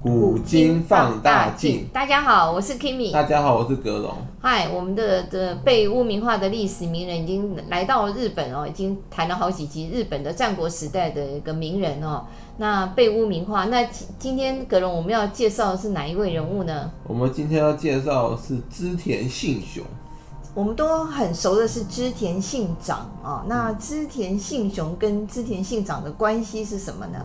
古今放大镜。大家好，我是 Kimi。大家好，我是格龙。嗨，我们的的被污名化的历史名人已经来到了日本哦，已经谈了好几集日本的战国时代的一个名人哦。那被污名化，那今今天格龙我们要介绍的是哪一位人物呢？我们今天要介绍的是织田信雄，我们都很熟的是织田信长哦。那嗯织田信雄跟织田信长的关系是什么呢？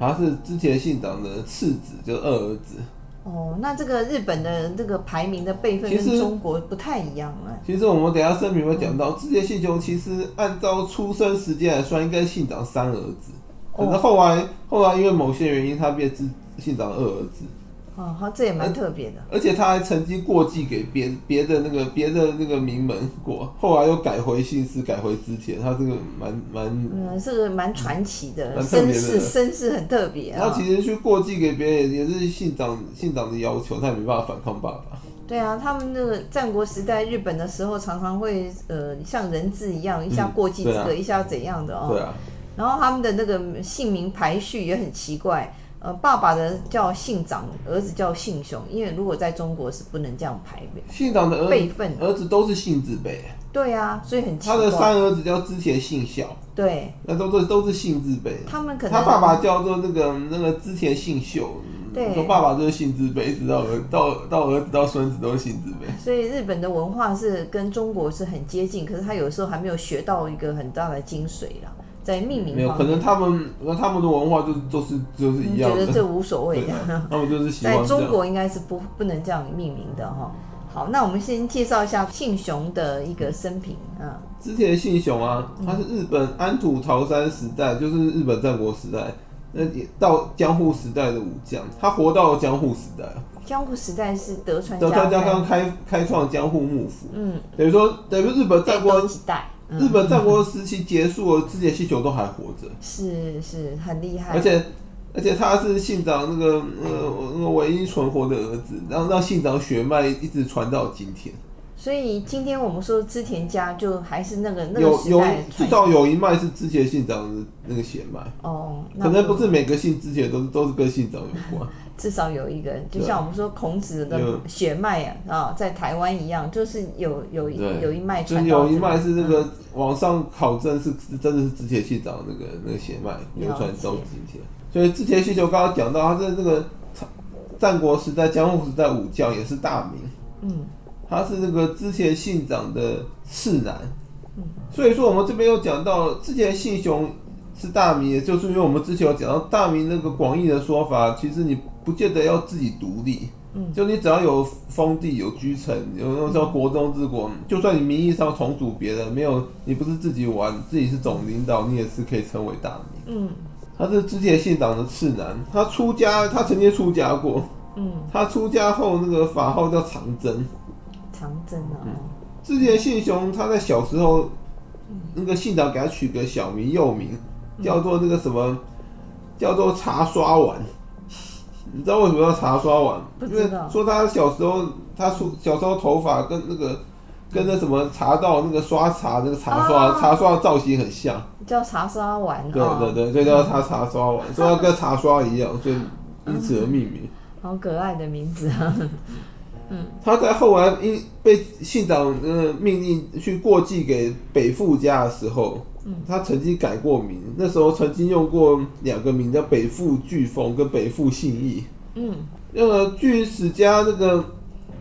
他是织田信长的次子，就是二儿子。哦，那这个日本的这个排名的辈分其跟实中国不太一样哎、其实我们等一下声明会讲到，织田信雄其实按照出生时间来算，应该是信长三儿子。可是哦后来，后来因为某些原因，他变织信长二儿子，哦，好，这也呃蛮特别的。而且他还曾经过继给别别的那个别的那个名门过，后来又改回姓氏，改回织田，他这个蛮蛮嗯，是个蛮传奇的，蛮特别的身世身世很特别他啊。其实去过继给别人也是信长信长的要求，他也没办法反抗爸爸。对啊，他们那个战国时代日本的时候，常常会呃像人质一样，一下过继这对啊个，一下怎样的哦。对啊，然后他们的那个姓名排序也很奇怪，呃，爸爸的叫姓长，儿子叫姓雄，因为如果在中国是不能这样排的。信长的儿辈子分儿子都是信字辈，对啊，所以很奇他的怪。三儿子叫织田信孝，对那都是都是信字辈。他们可能他爸爸叫做那个那个织田信秀，对嗯说爸爸就是信字辈，一直 到儿到到儿子到孙子都是信字辈。所以日本的文化是跟中国是很接近，可是他有时候还没有学到一个很大的精髓啦，在命没名有，方可面，能他们那他们的文化就都是就是一你样嗯觉得的，这无所谓 对的。啊，他们就是喜欢在这中样。国应该是不不能这样命名的哈、好，那我们先介绍一下庆雄的一个生平啊。织田信雄啊，嗯他是日本安土桃山时代，就是日本战国时代，那也到江户时代的武将，他活到江户时代，江户时代是德川德川家家康开开创江户幕府，嗯，等于说等于说日本战国都几代，日嗯，本战国时期结束了，织田信雄都还活着，是是很厉害而。且。而且他是信长那个呃那个唯一存活的儿子，然后让信长血脉一直传到今天，所以今天我们说织田家就还是那个那个有时有代至传少有一脉是织田信长的那个血脉。哦，那可能不是每个姓之前都是都是跟姓长有关，至少有一个人，就像我们说孔子的有血脉啊，啊，在台湾一样，就是有有一对有一 脉就是哎传嗯到有一这脉个是那个网上考证是是真的是之前信长那个那个血脉流传到今天，所以之前信就刚刚讲到他是那个战国时代江户时代武将也是大名，嗯，他是那个之前信长的次男，嗯所以说我们这边又讲到之前信雄是大名，也就是因为我们之前有讲到大名那个广义的说法，其实你不见得要自己独立，嗯，就你只要有封地、有居城，有那种叫国中之国，就算你名义上同属别人，没有你不是自己玩，自己是总领导，你也是可以称为大名。嗯他是之前信长的次男，他出家，他曾经出家过，嗯，他出家后那个法号叫长征。长征啊，之前信雄他在小时候，那个信长给他取个小名幼名，叫做那个什么，叫做茶刷碗。你知道为什么要茶刷碗？不因知为道说他小时候，他出小时候头发跟那个跟那什么茶道那个刷茶那个茶刷、啊茶刷的造型很像，叫茶沙丸啊，对对对，所以叫他茶刷碗，说他跟茶刷一样，所以因此而命名。好可爱的名字啊， 他在后来因被信长呃命令去过继给北富家的时候，嗯他曾经改过名，那时候曾经用过两个名叫北富飓风跟北富信义。嗯，那么据史家那个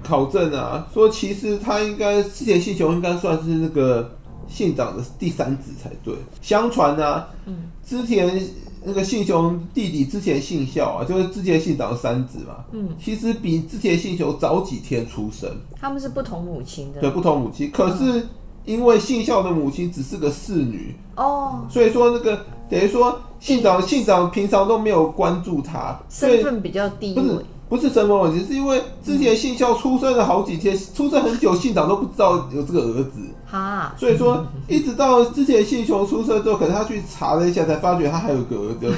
考证啊，说其实他应该织田信雄应该算是那个信长的第三子才对。相传啊，嗯，织田那个信雄弟弟织田信孝啊，就是织田信长的三子嘛，嗯，其实比织田信雄早几天出生，他们是不同母亲的嗯对，不同母亲。可是因为信孝的母亲只是个侍女，哦，所以说那个等于说信长信长平常都没有关注他，所以身份比较低不微是，不是什么问题，是因为之前信孝出生了好几天，出生很久，信长都不知道有这个儿子，哈，所以说一直到之前信雄出生之后，可能他去查了一下，才发觉他还有个儿 子。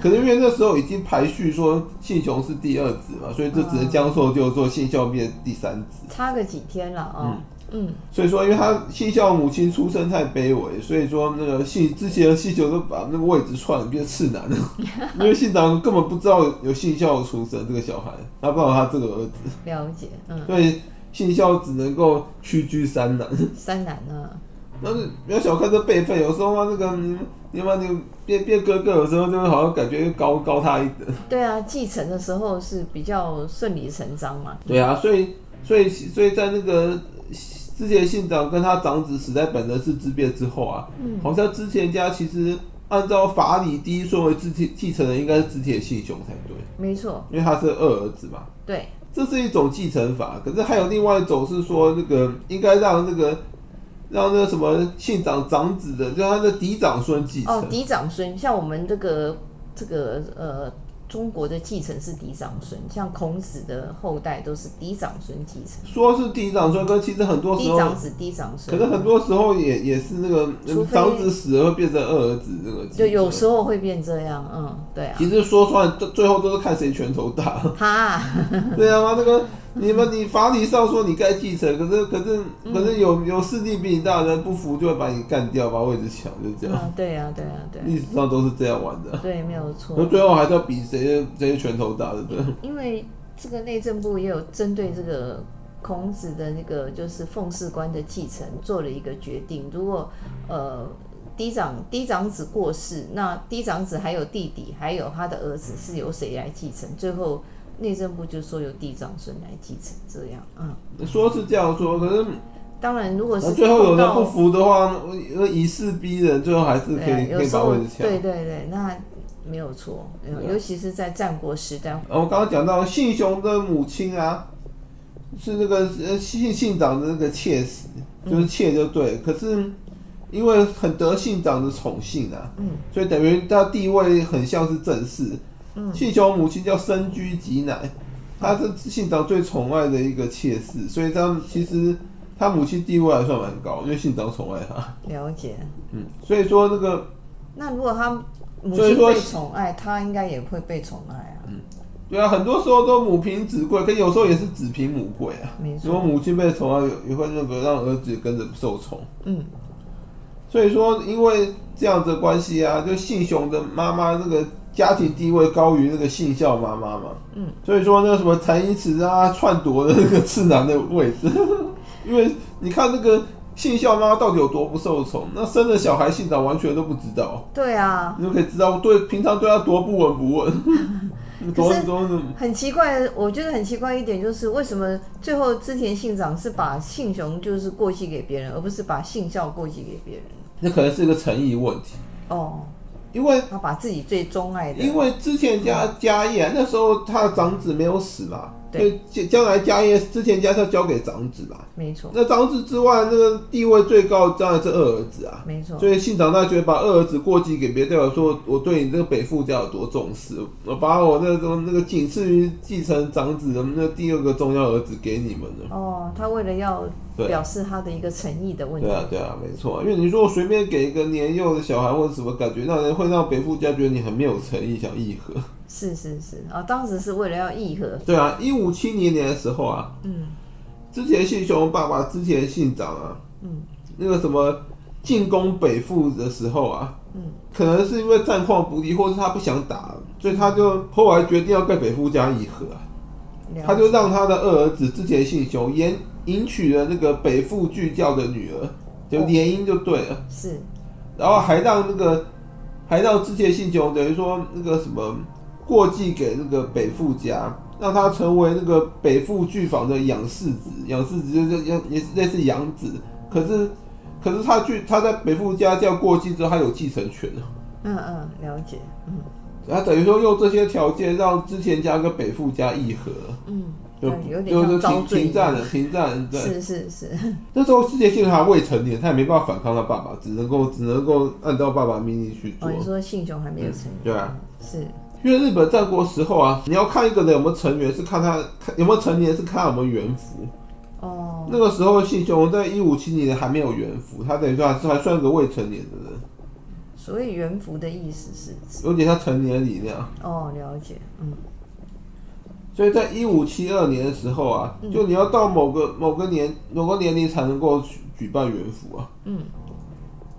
可能因为那时候已经排序说信雄是第二子嘛，所以就只能将错就错，信孝变第三子。差个几天了啊，嗯，所以说，因为他信孝母亲出身太卑微，所以说那个信之前的信秀都把那个位置篡了，变次男了。 因为信长根本不知道有信孝出身这个小孩，他不知道他这个儿子，了解，嗯，所以信孝只能够屈居三 男。三男啊，但是不要小看这辈分，有时候啊，那个你你妈你变变哥哥，有时候就会好像感觉又高高他一等。对啊，继承的时候是比较顺理成章嘛，对啊，所以所以所以在那个之前信长跟他长子死在本能寺之变之后啊，嗯好像之前家其实按照法理第一顺位继继继承人应该是织田信雄才对，没错，因为他是二儿子嘛。对，这是一种继承法，可是还有另外一种是说那个应该让那个让那个什么信长长子的，就他的嫡长孙继承。哦，嫡长孙，像我们这个这个呃。中国的继承是嫡长孙，像孔子的后代都是嫡长孙继承，说是嫡长孙，可其实很多时嫡候，长子、嫡长孙。可是很多时候也也是那个除非长子死了会变成二儿子这个继承。就有时候会变这样，嗯，对啊，其实说穿了，最最后都是看谁拳头大。 哈， 对啊妈，这个你们你法理上说你该继承，可是可是嗯可是有有势力比你大的人不服，就会把你干掉，把位置抢，就这样。嗯， 对啊，对啊，对啊，嗯历史上都是这样玩的，对，没有那错，最后还是要比谁谁拳头大，对不对？因为这个内政部也有针对这个孔子的那个就是奉事官的继承做了一个决定，如果呃。嫡长嫡长子过世，那嫡长子还有弟弟，还有他的儿子是由谁来继承？最后内政部就说由嫡长孙来继承，这样嗯。说是这样说，可是当然，如果那是最后有人不碰到服的话，那以势逼人，最后还是可对啊，以有可以时把候位置抢。对对对，那没有错，呃啊尤其是在战国时代，啊，我刚刚讲到信雄的母亲啊，是那个呃信信长的那个妾室，嗯就是妾就对。可是因为很得信长的宠幸啊，嗯，所以等于他地位很像是正室。嗯信雄母亲叫深居吉乃，她是信长最宠爱的一个妾室，所以他其实他母亲地位还算蛮高，因为信长宠爱她。了解。嗯，所以说那个那如果他母所以亲说被宠爱，他应该也会被宠爱啊。对啊，很多时候都母凭子贵，可有时候也是子凭母贵啊。没错如果母亲被宠爱，也会那个让儿子跟着受宠。嗯，所以说，因为这样的关系啊，就信雄的妈妈那个家庭地位高于那个信孝妈妈嘛。嗯，所以说那个什么陈一池啊，篡夺了那个次男的位置，因为你看那个信孝妈妈到底有多不受宠，那生了小孩信长完全都不知道，对啊，你就可以知道对平常对他多不闻不问，多可是多那很奇怪，我觉得很奇怪一点就是，为什么最后织田信长是把信雄就是过继给别人，而不是把信孝过继给别人？那可能是一个诚意问题，哦，因为他把自己最钟爱的，嗯因为之前家家业啊那时候他的长子没有死嘛，对就将将来家业之前家是要交给长子嘛。没错，那长子之外，那个地位最高当然是二儿子啊。没错，所以信长大觉得把二儿子过继给别人，代表说我对你这个北父家有多重视，我把我那种那个仅次于继承长子的那第二个重要儿子给你们了。哦，他为了要对啊表示他的一个诚意的问题对，啊，对啊，没错啊。因为你如果随便给一个年幼的小孩或者什么感觉，让人会让北父家觉得你很没有诚意，想议和。是是是，哦，当时是为了要议和，对啊，一五七零年的时候啊，嗯，织田信雄爸爸织田信长啊，嗯，那个什么进攻北附的时候啊，嗯，可能是因为战况不利，或是他不想打，所以他就后来决定要跟北附家议和啊，了他就让他的二儿子织田信雄延迎娶了那个北附巨教的女儿，就联姻就对了，是然后还让那个还让织田信雄等于说那个什么过继给那个北附家，让他成为那个北附巨坊的养世子，养世子就是也也是类似养子，可是可是他去他在北附家这样过继之后，他有继承权啊嗯嗯，了解，嗯他等于说用这些条件让织田家跟北附家议和，嗯，就对，有就点就像遭停罪停一样战了，停战对。是是是，那时候织田信长还未成年，他也没办法反抗他爸爸，只能够只能够按照爸爸命令去做哦，。你说信雄还没有成年，对啊，是因为日本战国时候啊，你要看一个人有没有成员，是看他看有没有成年，是看他有没有元服。哦，那个时候信雄在一五七零年还没有元服，他等于说还是还算个未成年的人，所谓元服的意思是指有点像成年礼那样。哦，了解，嗯，所以在一五七二年的时候啊，嗯就你要到某个某个年某个年龄才能够举举办元服啊。嗯，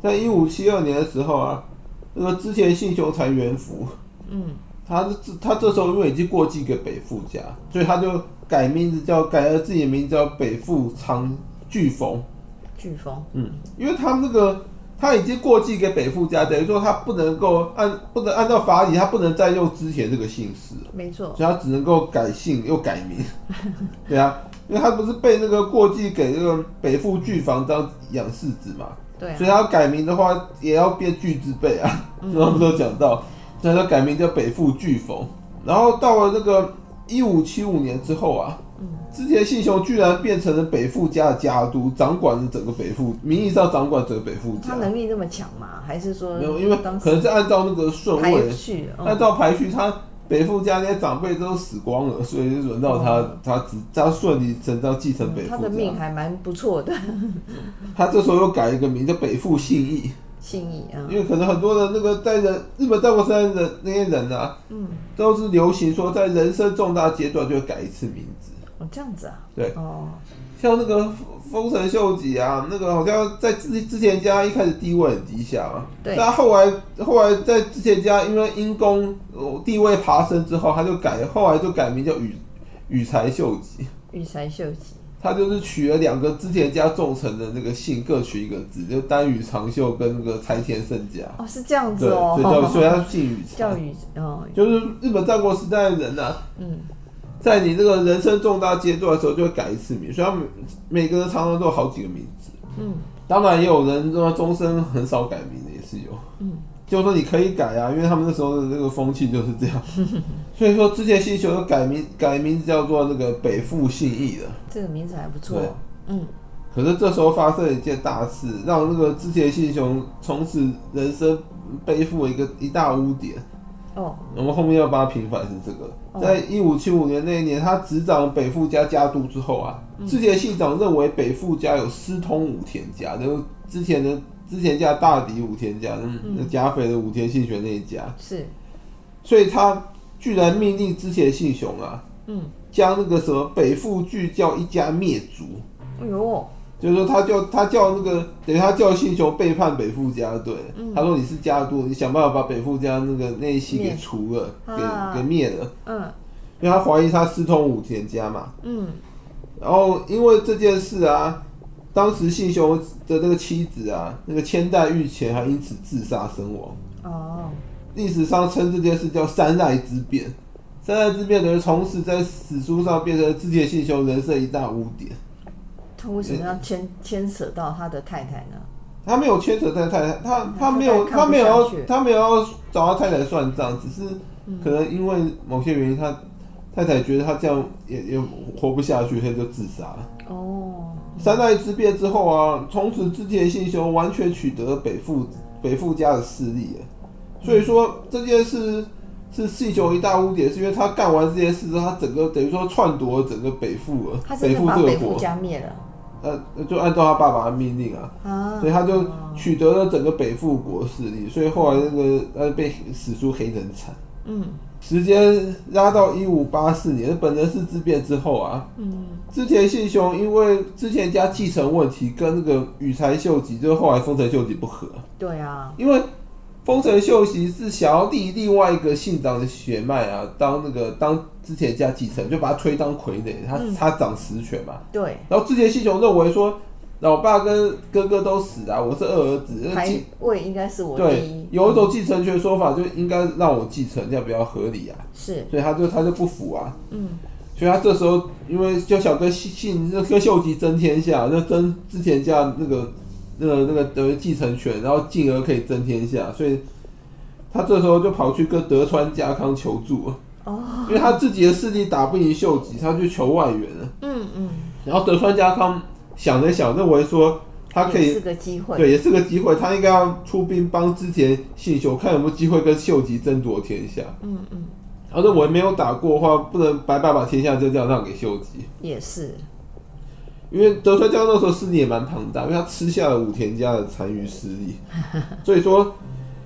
在一五七二年的时候啊，那个之前信雄才元服，嗯，他这他这时候因为已经过继给北富家，所以他就改名字叫改了呃自己的名字叫北富长巨逢。飓风，嗯，因为他那个他已经过继给北富家，等于说他不能够按不能按照法理，他不能再用之前这个姓氏，没错，所以他只能够改姓又改名。对啊，因为他不是被那个过继给那个北富巨房当养世子嘛，对啊嗯所以他要改名的话，也要变巨字辈啊。之后都有讲到，所以他改名叫北富巨逢。然后到了那个一五七五年之后啊，嗯之前信雄居然变成了北富家的家督，掌管了整个北富，名义上掌管整个北富他家。能力这么强吗？还是说没有，因为当时可能是按照那个顺位排，序？按哦，照排序，他北富家那些长辈都死光了，所以就轮到他，哦他只他顺理成章继承北嗯他富的家命。还蛮不错的，他这时候又改一个名叫北富信义。信义啊因，为可能很多的那个在人日本战国时代的人那些人啊，嗯，都是流行说在人生重大阶段就会改一次名字。哦这样子啊，对哦，像那个丰臣秀吉啊，那个好像在之之前家一开始地位很低下嘛，对但后来后来在之前家因为因公呃地位爬升之后，他就改，后来就改名叫羽羽柴秀吉。羽柴秀吉，他就是取了两个织田家重臣的那个姓，各取一个字，就丹羽长秀跟那个柴田胜家。哦是这样对，子哦所以， 叫所以他姓羽柴。教育哦，就是日本战国时代的人呐、啊，嗯，在你这个人生重大阶段的时候，就会改一次名，所以他们每个人常常都有好几个名字。嗯，当然也有人说终身很少改名的，也是有。嗯，就是说你可以改啊，因为他们那时候的那个风气就是这样。 所以说之前新球就改名改名字叫做那个北富信义的。这个名字还不对错，嗯，可是这时候发生了一件大事，让那个之前信雄从此人生背负了一个一大污点。哦，我们后面要帮他平反是这哦个，在一五七五年那一年，他执掌北富家家督之后啊，嗯之前信长认为北富家有私通武田家，就是之前的之前家大敌武田家，嗯那甲斐的武田信玄那一家，是，所以他居然命令之前信雄啊，嗯，将那个什么北富巨教一家灭族，哎呦，就是说他叫他叫那个等于他叫信雄背叛北富家，对，嗯他说你是家督，你想办法把北富家那个那一系给灭除了，啊给给灭了。嗯因为他怀疑他私通武田家嘛。嗯，然后因为这件事啊，当时信雄的那个妻子啊，那个千代御前还因此自杀身亡。哦，历史上称这件事叫三赖之变。三赖之变等于从此在史书上变成织田信雄人生一大污点。他为什么要牵牵扯到他的太太呢？他没有牵扯太太，他他他没有太太看不他没有要下去嗯他没有要找他太太算账，只是可能因为某些原因，他太太觉得他这样也也活不下去，他就自杀了。哦，三代之变之后啊，从此织田信雄完全取得了北富北富家的势力了。所以说这件事是信雄一大污点，是因为他干完这件事之后，他整个等于说篡夺了整个北富了他，真北的富把这北个富国，家灭了呃，就按照他爸爸的命令啊，啊，所以他就取得了整个北富国势力。所以后来那个呃被史书黑得很惨。嗯时间拉到一五八四年，本能寺之变之后啊，嗯之前信雄因为之前家继承问题跟那个羽柴秀吉，就是后来丰臣秀吉不和，对啊，因为丰臣秀吉是想要立另外一个信长的血脉啊，当那个当之前家继承，就把他推当傀儡，他、嗯他掌实权嘛。对，然后之前信雄认为说，老爸跟哥哥都死啊，我是二儿子，那排继位应该是我第对一，，有一种继承权说法就应该让我继承，这样比较合理啊，是，所以他就他就不服啊。嗯所以他这时候因为就想跟信信那跟秀吉争天下，那争之前家那个那个那个等于继承权，然后进而可以争天下，所以他这时候就跑去跟德川家康求助了，哦，因为他自己的势力打不赢秀吉，他去求外援了。嗯嗯，然后德川家康想了想，认为说他可也以是个机会，对，也是个机会，他应该要出兵帮之前信秀，看有没有机会跟秀吉争夺天下。嗯嗯，然后认为没有打过的话，不能白白把天下就这样让给秀吉。也是，因为德川家那时候势力也蛮庞大，因为他吃下了武田家的残余势力，所以说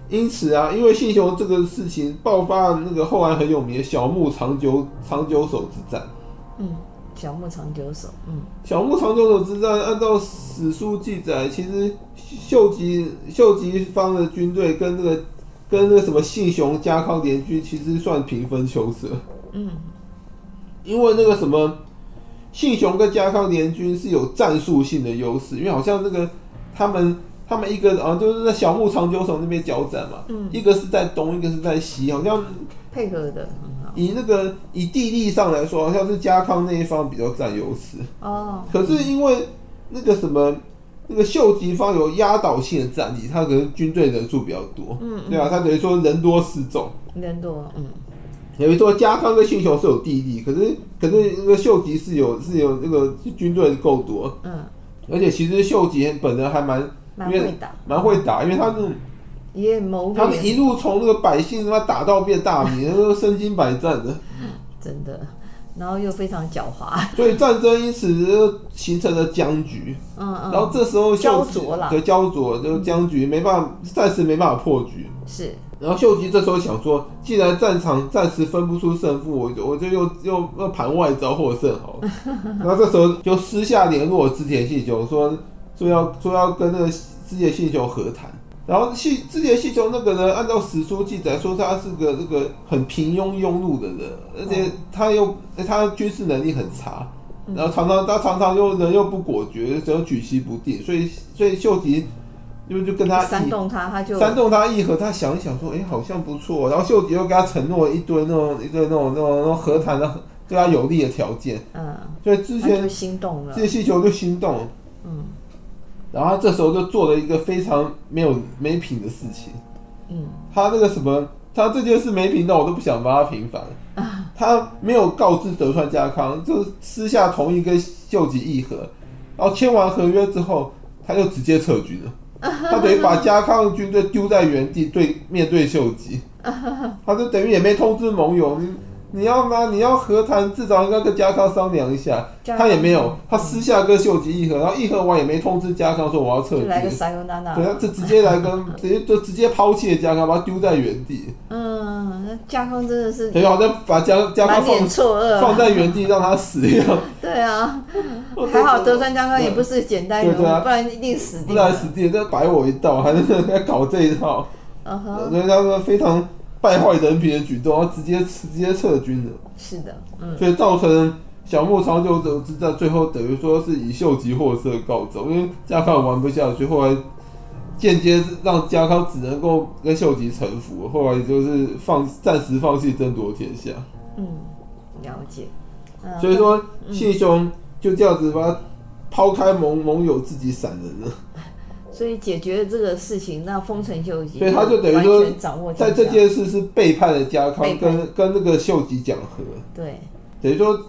因此啊，因为信雄这个事情爆发了那个后来很有名的小牧长久长久手之战。嗯，小牧长久手，嗯小牧长久手之战，按照史书记载，其实秀吉秀吉方的军队跟那个跟那个什么信雄家康联军，其实算平分秋色。嗯因为那个什么，信雄跟家康联军是有战术性的优势，因为好像那个他们他们一个啊就是在小牧长久手那边交战嘛，嗯，一个是在东，一个是在西，好像配合的很好。以那个以地利上来说，好像是家康那一方比较占优势。哦，可是因为那个什么，那个秀吉方有压倒性的战力，他可能军队人数比较多，嗯对啊，他等于说人多势众。人多，嗯等于说家康跟信雄是有地利，可是可是那个秀吉是有是有那个军队够多，嗯，而且其实秀吉本人还蛮蛮因会为打，蛮会打，因为他是也谋他是略，一路从那个百姓他妈打到变大 名，那个身经百战的，真的，然后又非常狡猾，所以战争因此就形成了僵局。嗯然后嗯，这时候秀吉焦灼啦对，焦灼就僵局，没办法，暂时没办法破局。是，然后秀吉这时候想说，既然战场暂时分不出胜负，我就我就用用用盘外招获胜好了。然后这时候就私下联络织田信雄，说说要说要跟那个织田信雄和谈。然后信织田信雄那个人，按照史书记载说他是个那个很平庸庸碌的人，而且他又他军事能力很差，然后常常他常常又人又不果决，只有举棋不定，所以所以秀吉就就跟他一煽动他，他就煽动他议和，他想一想说，哎、好像不错。然后秀吉又给他承诺一堆那种一堆那种那种那种和谈的对他有利的条件，嗯，所以之他就前心动了这，些气球就心动了。嗯然后他这时候就做了一个非常没有没品的事情，嗯，他那个什么，他这件事没品到我都不想帮他平反。他没有告知德川家康，就私下同意跟秀吉议和，然后签完合约之后，他就直接撤军了。他等于把家康的军队丢在原地对面对秀吉，他就等于也没通知盟友，你你要吗？你要和谈，至少应该跟家康商量一下。家康他也没有，他私下跟秀吉议和，然后议和完也没通知家康说我要撤就军，来个撒尤娜娜对，，他就直接来 跟直接就直接抛弃了家康，把他丢在原地，嗯，那架空真的是等于好像把家家康满放脸错愕放啊，在原地让他死一样。对啊， 还好德川家康也不是简单人物，对对啊不然一定死不定然了。死地，这摆我一道，还是在搞这一套，嗯哼，所以他说非常败坏人品的举动，然后直接直接撤军了，是的，嗯所以造成小牧长久手之战最后等于说是以秀吉获胜告终，因为家康玩不下去，后来。间接让家康只能够跟秀吉臣服，后来就是放暂时放弃争夺天下。嗯，了解。嗯所以，说，信兄就这样子把他抛开盟盟友，自己闪人了。所以解决了这个事情，那丰臣秀吉所以他就等于说完全掌握在天这下件事是背叛了家康背，跟叛跟那个秀吉讲和，对，等于说，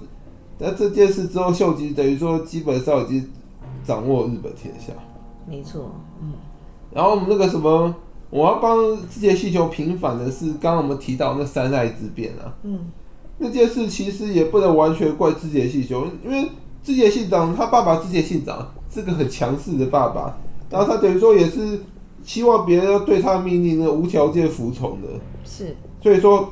那这件事之后，秀吉等于说基本上已经掌握日本天下。没错，嗯然后我们那个什么，我要帮这件需求平反的是，刚刚我们提到那三爱之变啊，嗯那件事其实也不能完全怪志杰信雄，因为志杰信长他爸爸志杰信长是个很强势的爸爸，然后他等于说也是希望别人要对他命令呢无条件服从的，是，所以说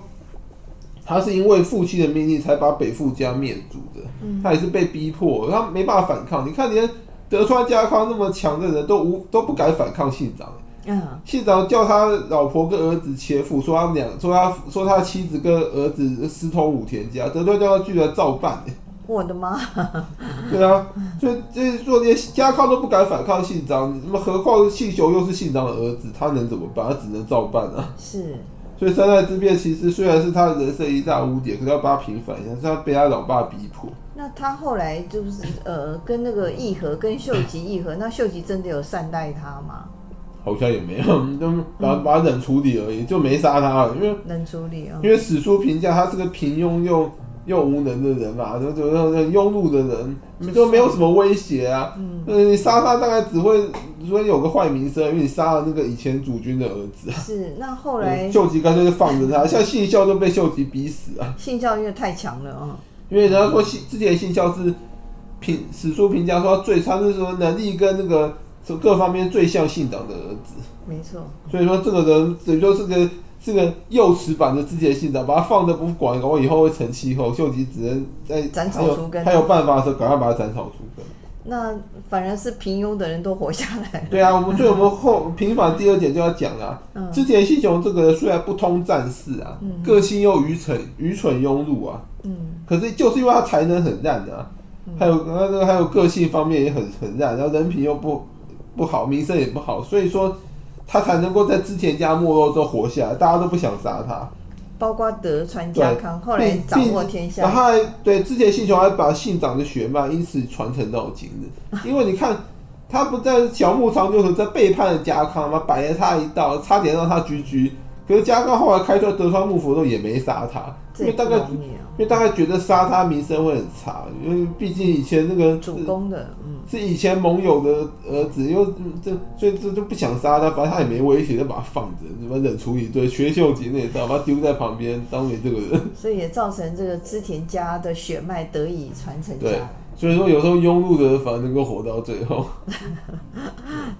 他是因为父亲的命令才把北附家灭族的，嗯他也是被逼迫，他没办法反抗。你看连德川家康那么强的人都无都不敢反抗信长，嗯信长叫他老婆跟儿子切腹，说他们俩说他说他妻子跟儿子私通武田家，德川家康居然照办、我的妈， 对啊，所以所以说连家康都不敢反抗信长，那么何况信雄又是信长的儿子，他能怎么办？他只能照办啊。是，所以三代之变其实虽然是他人生一大污点，可是要把他平反一下，是他被他老爸逼迫。那他后来就是呃，跟那个议和，跟秀吉议和，那秀吉真的有善待他吗？好像也没有，嗯就把把他冷处理而已，就没杀他了，因为能处理啊？因为史书评价他是个平庸又又无能的人啊嘛，就就就庸碌的人，你就没有什么威胁啊。嗯，嗯，你杀他大概只会只会有个坏名声，啊因为你杀了那个以前主君的儿子。是。那后来嗯秀吉干脆就放着 他，像信孝都被秀吉逼死啊，性教育太强了啊，因为人家说信之前信孝是评史书评价说他最差，就是说能力跟那个是各方面最像信长的儿子。没错，所以说这个人等于说是个是个幼齿版的之前信长，把他放着不管，搞不好以后会成气候。秀吉只能在斩草还有除根还有办法的时候，赶快把他斩草除根。那反而是平庸的人都活下来了。对啊，我们所以我们后平反第二点就要讲啊，嗯织田信雄这个人虽然不通战事啊，个性又愚蠢愚蠢庸碌啊，嗯，可是就是因为他才能很烂啊，还有那个还有个性方面也很很烂，然后人品又不不好，名声也不好，所以说他才能够在织田家没落之后活下来，大家都不想杀他。包括德川家对，康后来并掌握并天然下，后还对之前信雄还把信长的血脉因此传承到今日， 因为你看他不在小牧长久手在背叛了家康吗？摆了他一道，差点让他居居。可是家康后来开创德川幕府的时候也没杀他，这因为也不大概容易嗯因为大概觉得杀他名声会很差，因为毕竟以前那个哦。主公的，嗯，是以前盟友的儿子，又嗯这所以这就不想杀他，反正他也没威胁，就把他放着，怎么冷处理对，学秀吉那一招，把他丢在旁边当没这个人。所以也造成这个织田家的血脉得以传承下对来，所以说有时候庸碌的人反而能够活到最 后，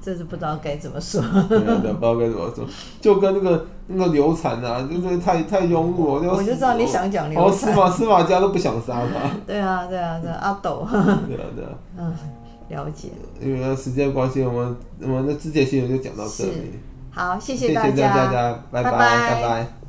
这是不知道该怎么说。 对啊对啊不知道该怎么说，就跟那个那个刘禅啊，就是太太庸碌了，嗯我就知道你想讲哦，刘司禅，马 司马家都不想杀他，对啊，对啊，对啊，阿斗， 对啊对啊，嗯，了解。因为时间关系，我们我们的肢解新闻就讲到这里是，好，谢谢谢大大家，拜拜拜拜拜拜